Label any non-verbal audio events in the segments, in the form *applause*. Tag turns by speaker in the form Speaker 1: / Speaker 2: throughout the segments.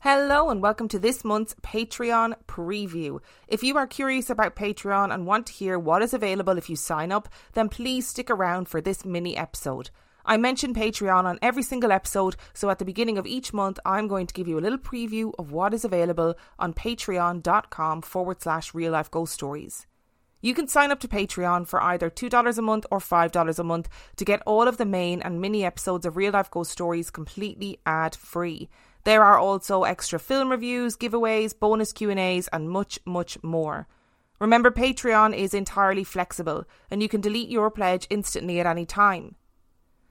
Speaker 1: Hello and welcome to this month's Patreon preview. If you are curious about Patreon and want to hear what is available if you sign up, then please stick around for this mini episode. I mention Patreon on every single episode, so at the beginning of each month, I'm going to give you a little preview of what is available on patreon.com forward slash real life ghost stories. You can sign up to Patreon for either $2 a month or $5 a month to get all of the main and mini episodes of Real Life Ghost Stories completely ad free. There are also extra film reviews, giveaways, bonus Q&As and much much more. Remember Patreon is entirely flexible and you can delete your pledge instantly at any time.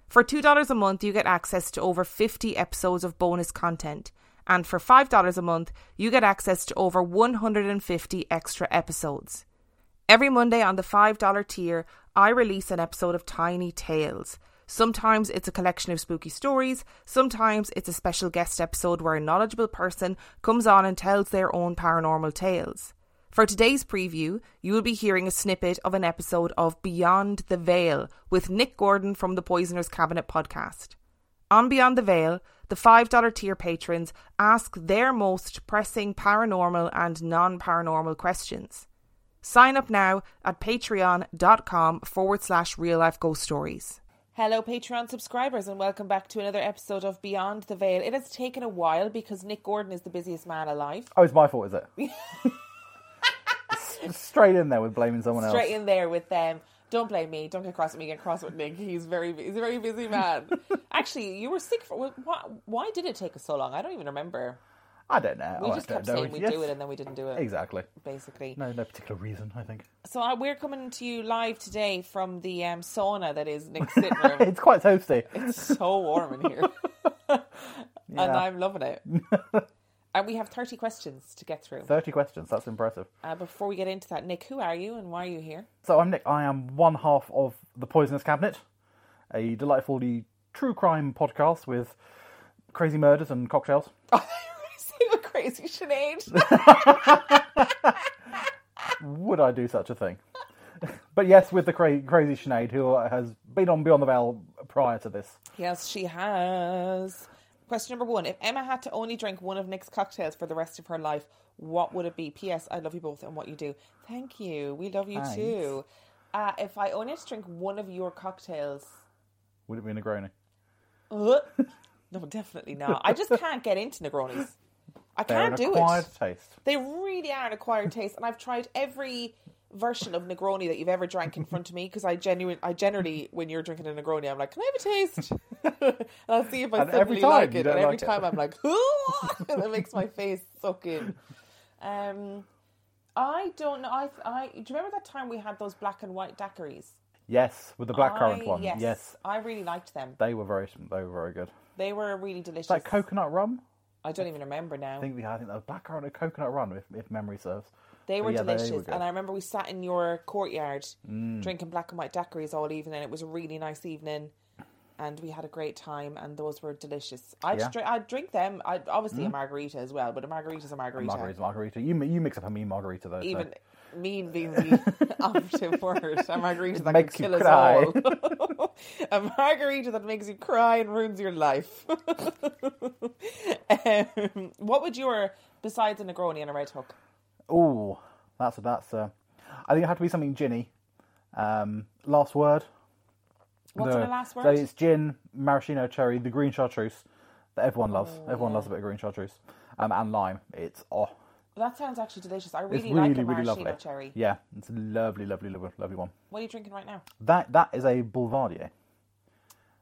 Speaker 1: For $2 a month you get access to over 50 episodes of bonus content and for $5 a month you get access to over 150 extra episodes. Every Monday on the $5 tier, I release an episode of Tiny Tales. Sometimes it's a collection of spooky stories, sometimes it's a special guest episode where a knowledgeable person comes on and tells their own paranormal tales. For today's preview, you will be hearing a snippet of an episode of Beyond the Veil with Nick Gordon from the Poisoner's Cabinet podcast. On Beyond the Veil, the $5 tier patrons ask their most pressing paranormal and non paranormal questions. Sign up now at patreon.com forward slash real life ghost stories. Hello, Patreon subscribers, and welcome back to another episode of Beyond the Veil. It has taken a while because Nick Gordon is the busiest man alive.
Speaker 2: Oh, it's my fault,
Speaker 1: *laughs*
Speaker 2: is it? S- Straight in there with blaming someone
Speaker 1: Straight
Speaker 2: else.
Speaker 1: in there with them. Don't blame me. Don't get cross with me. Get cross with Nick. He's very, he's a very busy
Speaker 2: *laughs*
Speaker 1: man. Actually, you were sick for. Why, why did it take us so long? I don't even remember.
Speaker 2: I don't know.
Speaker 1: We
Speaker 2: Oh, I
Speaker 1: just
Speaker 2: don't
Speaker 1: kept
Speaker 2: know.
Speaker 1: saying we'd
Speaker 2: Yes.
Speaker 1: do it, and then we didn't do it.
Speaker 2: Exactly.
Speaker 1: Basically.
Speaker 2: No, no particular reason. I think *laughs*
Speaker 1: So I, we're coming to you live today from the um, sauna that is
Speaker 2: *laughs*
Speaker 1: Nick's sitting room.
Speaker 2: it's quite toasty.
Speaker 1: It's so warm in here. and I'm loving it. and we have 30 questions to get through.
Speaker 2: Thirty questions. That's impressive.
Speaker 1: Uh, before we get into that, Nick, who are you and why are you here? *laughs*
Speaker 2: So I'm Nick. I am one half of the Poisonous Cabinet, a delightfully true crime podcast with crazy murders and cocktails.
Speaker 1: Oh, you were going to say the crazy Sinead.
Speaker 2: Would I do such a thing? *laughs* but yes, with the cra- crazy Sinead, who has been on Beyond the Veil prior to this.
Speaker 1: yes, she has. Question number one If Emma had to only drink one of Nick's cocktails for the rest of her life, what would it be? P.S. I love you both and what you do. Thank you. We love you
Speaker 2: Thanks.
Speaker 1: too. Uh, if I only had to drink one of your cocktails,
Speaker 2: Would it be a Negroni?
Speaker 1: Ugh. no, definitely not. I just can't get into Negronis. I
Speaker 2: They're
Speaker 1: can't
Speaker 2: an
Speaker 1: do
Speaker 2: acquired
Speaker 1: it.
Speaker 2: taste.
Speaker 1: They really are an acquired taste, and I've tried every version of Negroni that you've ever drank in front of me because I genuine, I generally, when you're drinking a Negroni, I'm like, "Can I have a taste?" *laughs* and I'll see if I
Speaker 2: And
Speaker 1: suddenly
Speaker 2: every time
Speaker 1: like
Speaker 2: you
Speaker 1: it.
Speaker 2: don't
Speaker 1: And every
Speaker 2: like it.
Speaker 1: time I'm like, "Ooh," *laughs* and it makes my face suck in. Um, I don't know. I, I do you remember that time we had those black and white daiquiris?
Speaker 2: Yes, with the blackcurrant
Speaker 1: I-
Speaker 2: one.
Speaker 1: Yes,
Speaker 2: yes,
Speaker 1: I really liked them.
Speaker 2: they were very they were very good.
Speaker 1: They were really delicious.
Speaker 2: It's like coconut rum.
Speaker 1: I don't even remember now.
Speaker 2: I think the I think that was blackcurrant and coconut rum, if, if memory serves.
Speaker 1: They
Speaker 2: But
Speaker 1: were
Speaker 2: yeah,
Speaker 1: delicious,
Speaker 2: good. Mm.
Speaker 1: and I remember we sat in your courtyard drinking black and white daiquiris all evening. It was a really nice evening, and we had a great time. And those were delicious. I
Speaker 2: Yeah. Mm.
Speaker 1: would drink, I drink them. I obviously a margarita as well, but a margarita's a margarita.
Speaker 2: margarita, margarita. You mi- you mix up a mean margarita though. so-
Speaker 1: Even
Speaker 2: *laughs*
Speaker 1: mean being the operative word. A margarita that
Speaker 2: makes
Speaker 1: can
Speaker 2: you
Speaker 1: kill
Speaker 2: cry.
Speaker 1: us all. *laughs* a margarita that makes you cry and ruins your life. *laughs* um, what would your besides a Negroni and a red hook?
Speaker 2: Ooh, that's that's. Uh, I think it had to be something ginny. Um, last word.
Speaker 1: What's in the last word?
Speaker 2: So it's gin, maraschino cherry, the green chartreuse that everyone loves.
Speaker 1: Oh,
Speaker 2: everyone loves a bit of green chartreuse, um, and lime. It's oh,
Speaker 1: That sounds actually delicious. I
Speaker 2: it's
Speaker 1: really,
Speaker 2: really
Speaker 1: like a
Speaker 2: really,
Speaker 1: maraschino
Speaker 2: lovely.
Speaker 1: cherry.
Speaker 2: Yeah, it's a lovely, lovely, lovely, lovely one.
Speaker 1: What are you drinking right now?
Speaker 2: That that is a Boulevardier,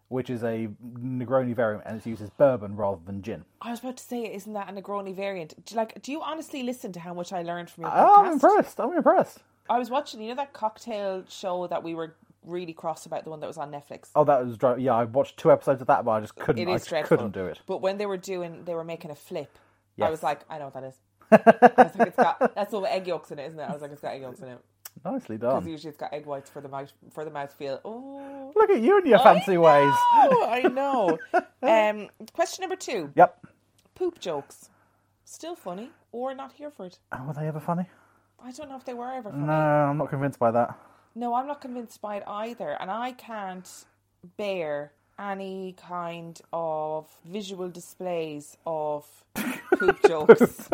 Speaker 2: which is a Negroni variant, and it's used as bourbon rather than gin.
Speaker 1: I was about to say, isn't that a Negroni variant? Do you, like, do you honestly listen to how much I learned from your podcast?
Speaker 2: Oh, I'm impressed. I'm impressed.
Speaker 1: I was watching, you know, that cocktail show that we were really cross about the one that was on Netflix.
Speaker 2: Oh, that was dry. Yeah, I watched two episodes of that, but I just couldn't.
Speaker 1: It
Speaker 2: I
Speaker 1: is
Speaker 2: just
Speaker 1: dreadful.
Speaker 2: couldn't do it.
Speaker 1: But when they were doing, they were making a flip. I
Speaker 2: Yes.
Speaker 1: was like, I know what that
Speaker 2: *laughs*
Speaker 1: is. I was like, it's got that's all with egg yolks in it, isn't it? I was like, it's got egg yolks in it
Speaker 2: Nicely
Speaker 1: because
Speaker 2: done.
Speaker 1: usually it's got egg whites for the mouth for the mouth feel. Oh,
Speaker 2: Look at you and your fancy ways.
Speaker 1: I
Speaker 2: *laughs*
Speaker 1: know. um, question number two:
Speaker 2: Yep.
Speaker 1: poop jokes, still funny or not here for it?
Speaker 2: Oh, were they ever funny?
Speaker 1: I don't know if they were ever funny.
Speaker 2: No, I'm not convinced by that.
Speaker 1: No, I'm not convinced by it either, and I can't bear any kind of visual displays of poop
Speaker 2: *laughs*
Speaker 1: jokes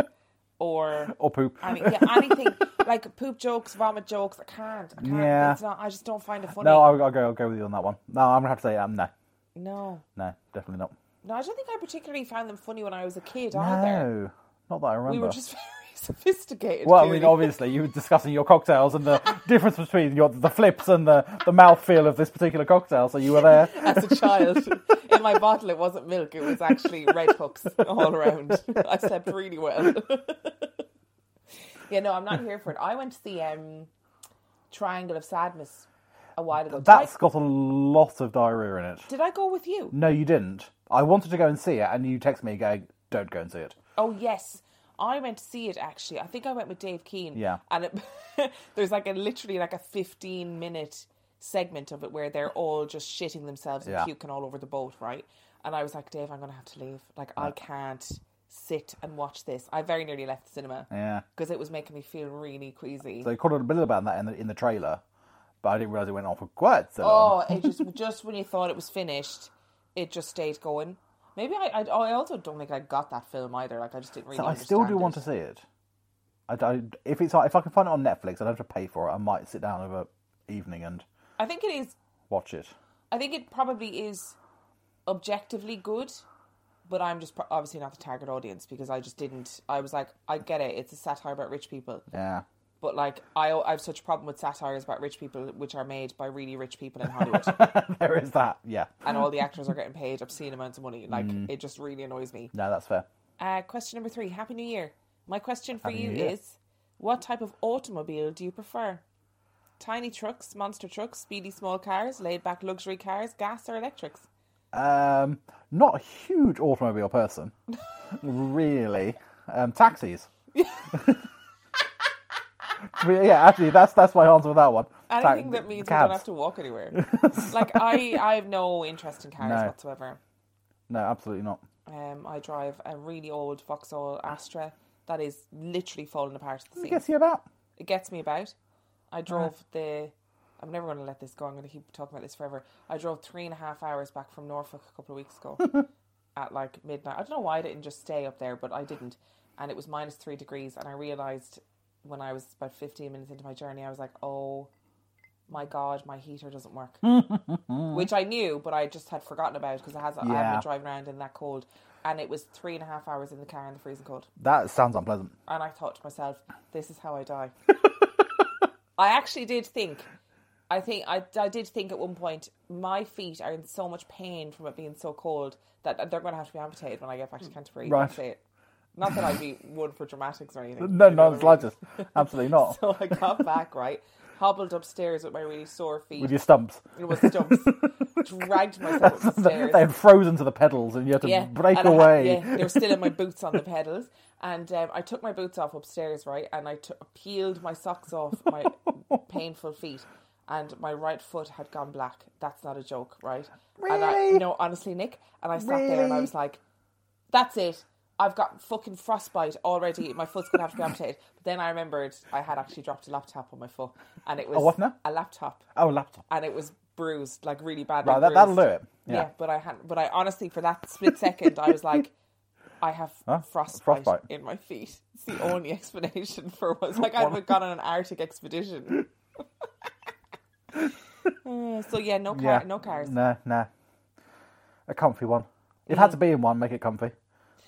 Speaker 1: or
Speaker 2: Or poop.
Speaker 1: any,
Speaker 2: *laughs*
Speaker 1: yeah, anything like poop jokes, vomit jokes. I can't. I can't.
Speaker 2: Yeah.
Speaker 1: It's not. I just don't find it funny.
Speaker 2: No, I'll, I'll go. I'll go with you on that one. No, I'm gonna have to say um, no,
Speaker 1: no,
Speaker 2: no, definitely not.
Speaker 1: no. I don't think I particularly found them funny when I was a kid either.
Speaker 2: No, not that I remember.
Speaker 1: We were just *laughs* very sophisticated.
Speaker 2: Well, I
Speaker 1: clearly.
Speaker 2: mean, obviously, you were discussing your cocktails and the *laughs* difference between your, the flips and the, the mouthfeel of this particular cocktail, so you
Speaker 1: *laughs*
Speaker 2: were there.
Speaker 1: as a child. In my bottle, it wasn't milk; it was actually red hooks all around. I slept really well. yeah, no, I'm not here for it. I went to the um, Triangle of Sadness a while ago. Did
Speaker 2: That's
Speaker 1: I,
Speaker 2: got a lot of diarrhea in it.
Speaker 1: did I go with you?
Speaker 2: No, you didn't. I wanted to go and see it, and you text me going, don't go and see it.
Speaker 1: Oh yes. I went to see it actually. I think I went with Dave Keane.
Speaker 2: Yeah.
Speaker 1: And it, *laughs* there's like a literally like a 15 minute segment of it where they're all just shitting themselves and
Speaker 2: Yeah.
Speaker 1: puking all over the boat, right? And I was like, Dave, I'm going to have to leave. Like, I can't sit and watch this. I very nearly left the cinema.
Speaker 2: Yeah.
Speaker 1: Because it was making me feel really queasy.
Speaker 2: So they called it a bit about that in the, in the trailer, but I didn't realise it went on for quite so long.
Speaker 1: oh, it just *laughs* just when you thought it was finished, it just stayed going. Maybe I, I, I also don't think I got that film either. Like, I just didn't really
Speaker 2: So I still do
Speaker 1: understand
Speaker 2: want
Speaker 1: it.
Speaker 2: to see it. I, I, if, it's, if I can find it on Netflix, I'd have to pay for it. I might sit down over evening and
Speaker 1: I think it is
Speaker 2: watch it.
Speaker 1: I think it probably is objectively good, but I'm just pro- obviously not the target audience because I just didn't. I was like, I get it. It's a satire about rich people,
Speaker 2: Yeah. *laughs*
Speaker 1: but like I, I have such a problem with satires about rich people, which are made by really rich people in
Speaker 2: *laughs*
Speaker 1: Hollywood,
Speaker 2: there is that. Yeah.
Speaker 1: and all the actors are getting paid obscene amounts of money. Like
Speaker 2: Mm.
Speaker 1: it just really annoys me.
Speaker 2: No, that's fair.
Speaker 1: Uh, question number three. Happy New Year. My question for
Speaker 2: Happy
Speaker 1: you
Speaker 2: New Year.
Speaker 1: is, what type of automobile do you prefer? Tiny trucks, monster trucks, speedy small cars, laid-back luxury cars, gas or electrics?
Speaker 2: Um, not a huge
Speaker 1: *laughs*
Speaker 2: automobile person, really. Um, taxis. *laughs* But yeah, actually, that's that's my answer for that one. Ta-
Speaker 1: Anything that means we don't
Speaker 2: cabs.
Speaker 1: have to walk anywhere. like I, I have no interest in cars
Speaker 2: No.
Speaker 1: whatsoever.
Speaker 2: No, absolutely not.
Speaker 1: Um, I drive a really old Vauxhall Astra that is literally falling apart at the
Speaker 2: I
Speaker 1: seams.
Speaker 2: guess you about.
Speaker 1: It gets me about. I drove the. I'm never going to let this go. I'm going to keep talking about this forever. I drove three and a half hours back from Norfolk a couple of weeks ago at like midnight. I don't know why I didn't just stay up there, but I didn't. And it was minus three degrees. And I realized when I was about 15 minutes into my journey, I was like, oh my God, my heater doesn't work. Which I knew, but I just had forgotten about because I, has- I haven't
Speaker 2: Yeah.
Speaker 1: been driving around in that cold. And it was three and a half hours in the car in the freezing cold
Speaker 2: That sounds unpleasant.
Speaker 1: and I thought to myself, this is how I
Speaker 2: *laughs*
Speaker 1: die. I actually did think, I think I, I did think at one point, my feet are in so much pain from it being so cold that they're going to have to be amputated when I get back to Canterbury.
Speaker 2: Right.
Speaker 1: That's it. Not that I'd be one for dramatics or anything.
Speaker 2: *laughs* No, not the slightest. Absolutely
Speaker 1: *laughs*
Speaker 2: not.
Speaker 1: So I got back right, hobbled upstairs with my really sore feet.
Speaker 2: With your stumps,
Speaker 1: It was
Speaker 2: *laughs*
Speaker 1: stumps. dragged myself up the
Speaker 2: they
Speaker 1: stairs.
Speaker 2: had frozen to the pedals, and you had to
Speaker 1: yeah,
Speaker 2: break
Speaker 1: and I had-
Speaker 2: away.
Speaker 1: yeah, they were still in
Speaker 2: *laughs*
Speaker 1: my boots on the pedals, and um, I took my boots off upstairs, right, and I t- peeled my socks off
Speaker 2: *laughs*
Speaker 1: my painful feet, and my right foot had gone black. That's not a joke, right? And I,
Speaker 2: Really?
Speaker 1: no, honestly, Nick, and I sat there and I
Speaker 2: Really?
Speaker 1: was like, "That's it." I've got fucking frostbite already. My foot's gonna have to be amputated. But then I remembered I had actually dropped a laptop on my foot, and it was
Speaker 2: what now?
Speaker 1: A laptop
Speaker 2: Oh, laptop.
Speaker 1: and it was bruised, like really bad.
Speaker 2: Right,
Speaker 1: like,
Speaker 2: that- that'll
Speaker 1: bruised.
Speaker 2: do it. Yeah.
Speaker 1: but I had, but I honestly, for that split second, I was like, I
Speaker 2: *laughs*
Speaker 1: have frostbite,
Speaker 2: frostbite.
Speaker 1: in my feet. It's the only explanation for it
Speaker 2: *laughs*
Speaker 1: was like I'd have gone on an Arctic expedition. Uh, so yeah, no car,
Speaker 2: Yeah.
Speaker 1: no cars.
Speaker 2: No, no. A comfy one. It
Speaker 1: Mm.
Speaker 2: had to be in one. Make it comfy.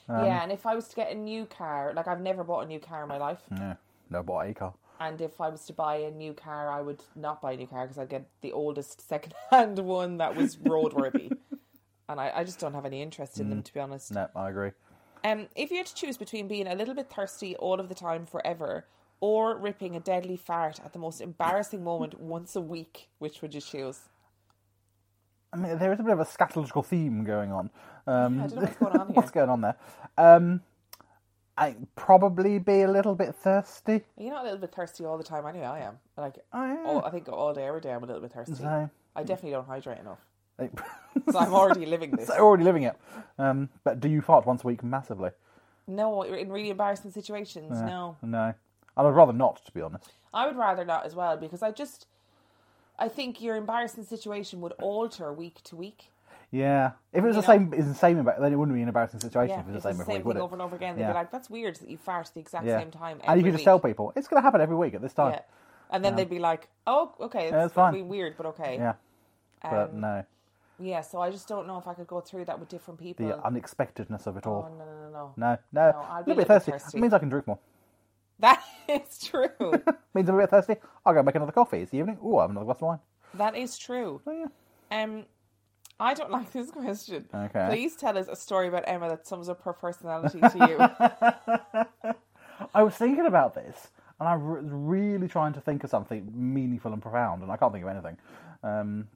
Speaker 2: um,
Speaker 1: yeah, and if I was to get a new car, like I've never bought a new car in my life,
Speaker 2: Yeah. No, bought a car.
Speaker 1: and if I was to buy a new car, I would not buy a new car because I'd get the oldest second-hand *laughs* one that was roadworthy.
Speaker 2: *laughs*
Speaker 1: And I, I just don't have any interest in
Speaker 2: Mm.
Speaker 1: them, to be honest.
Speaker 2: No, I agree.
Speaker 1: Um, if you had to choose between being a little bit thirsty all of the time forever or ripping a deadly fart at the most embarrassing moment once a week, which would you choose?
Speaker 2: I mean, there is a bit of a scatological theme going on. Um,
Speaker 1: I don't know what's going
Speaker 2: *laughs*
Speaker 1: on here.
Speaker 2: what's going on there? Um, I probably be a little bit thirsty.
Speaker 1: You're not a little bit thirsty all the time. I know I am. Like,
Speaker 2: I am.
Speaker 1: all, I think all day, every day, I'm a little bit thirsty.
Speaker 2: So-
Speaker 1: I definitely don't hydrate
Speaker 2: *laughs*
Speaker 1: enough.
Speaker 2: Like,
Speaker 1: So I'm already living this.
Speaker 2: so already living it. Um, but do you fart once a week massively?
Speaker 1: No, you're in really embarrassing situations. No.
Speaker 2: No, I'd rather not, to be honest.
Speaker 1: I would rather not as well because I just, I think your embarrassing situation would alter week to week.
Speaker 2: Yeah, if it was the
Speaker 1: know.
Speaker 2: same, it's the same about then it wouldn't be an embarrassing situation
Speaker 1: Yeah,
Speaker 2: if it was
Speaker 1: it's
Speaker 2: the same every week,
Speaker 1: thing
Speaker 2: would it?
Speaker 1: over and over again. They'd
Speaker 2: Yeah.
Speaker 1: be like, "That's weird that you fart at the exact same time."
Speaker 2: and
Speaker 1: every
Speaker 2: you
Speaker 1: week."
Speaker 2: could just tell people it's going to happen every week at this time.
Speaker 1: Yeah. And then they'd be like, "Oh, okay, it's
Speaker 2: it's fine.
Speaker 1: Be weird, but okay."
Speaker 2: Yeah, but
Speaker 1: Um,
Speaker 2: no,
Speaker 1: Yeah, so I just don't know if I could go through that with different people.
Speaker 2: the unexpectedness of it
Speaker 1: oh,
Speaker 2: all.
Speaker 1: no, no, no, no.
Speaker 2: No, no,
Speaker 1: No, I'd
Speaker 2: a
Speaker 1: be
Speaker 2: little bit thirsty. It means I can drink more.
Speaker 1: That *laughs* is
Speaker 2: *laughs*
Speaker 1: true.
Speaker 2: means I'm a bit thirsty. I'll go and make another coffee. It's the evening. Ooh, I have another glass of wine.
Speaker 1: that is true.
Speaker 2: So, yeah.
Speaker 1: Um, I don't like this question.
Speaker 2: Okay.
Speaker 1: Please tell us a story about Emma that sums up her personality to
Speaker 2: *laughs*
Speaker 1: you.
Speaker 2: I was thinking about this, and I was really trying to think of something meaningful and profound, and I can't think of anything. Um,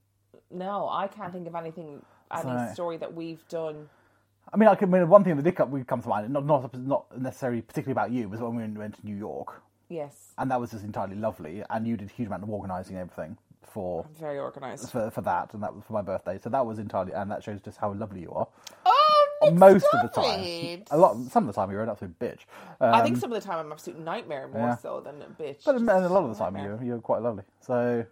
Speaker 1: no, I can't think of anything, any
Speaker 2: Sorry.
Speaker 1: story that we've done.
Speaker 2: I mean, I could I mean one thing that did come, would come to mind, not not not necessarily particularly about you, was when we went to New York,
Speaker 1: Yes,
Speaker 2: and that was just entirely lovely, and you did a huge amount of organising and everything for.
Speaker 1: very organised.
Speaker 2: For, for that and that was for my birthday, so that was entirely, and that shows just how lovely you are.
Speaker 1: Oh, Nick,
Speaker 2: Most of the
Speaker 1: stop
Speaker 2: time,
Speaker 1: it.
Speaker 2: a lot, some of the time you're an absolute bitch, uh,
Speaker 1: I think some of the time I'm an absolute nightmare more
Speaker 2: yeah.
Speaker 1: so than a bitch.
Speaker 2: but and
Speaker 1: Just
Speaker 2: a lot of the time
Speaker 1: nightmare.
Speaker 2: you're you're quite lovely. So,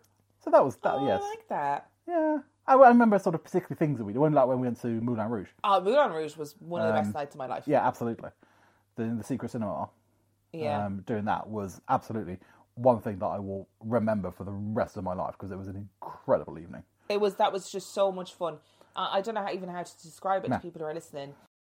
Speaker 2: so that was that.
Speaker 1: Oh,
Speaker 2: yes,
Speaker 1: I like that.
Speaker 2: Yeah, I, I remember sort of particular things that we did. One like when we went to Moulin Rouge.
Speaker 1: Oh, Moulin Rouge was one of the best nights of my life.
Speaker 2: Um, Yeah, absolutely. The the secret cinema.
Speaker 1: Yeah.
Speaker 2: Um, doing that was absolutely one thing that I will remember for the rest of my life because it was an incredible evening.
Speaker 1: It was that was just so much fun. I I don't know how, even how to describe it to people who are listening.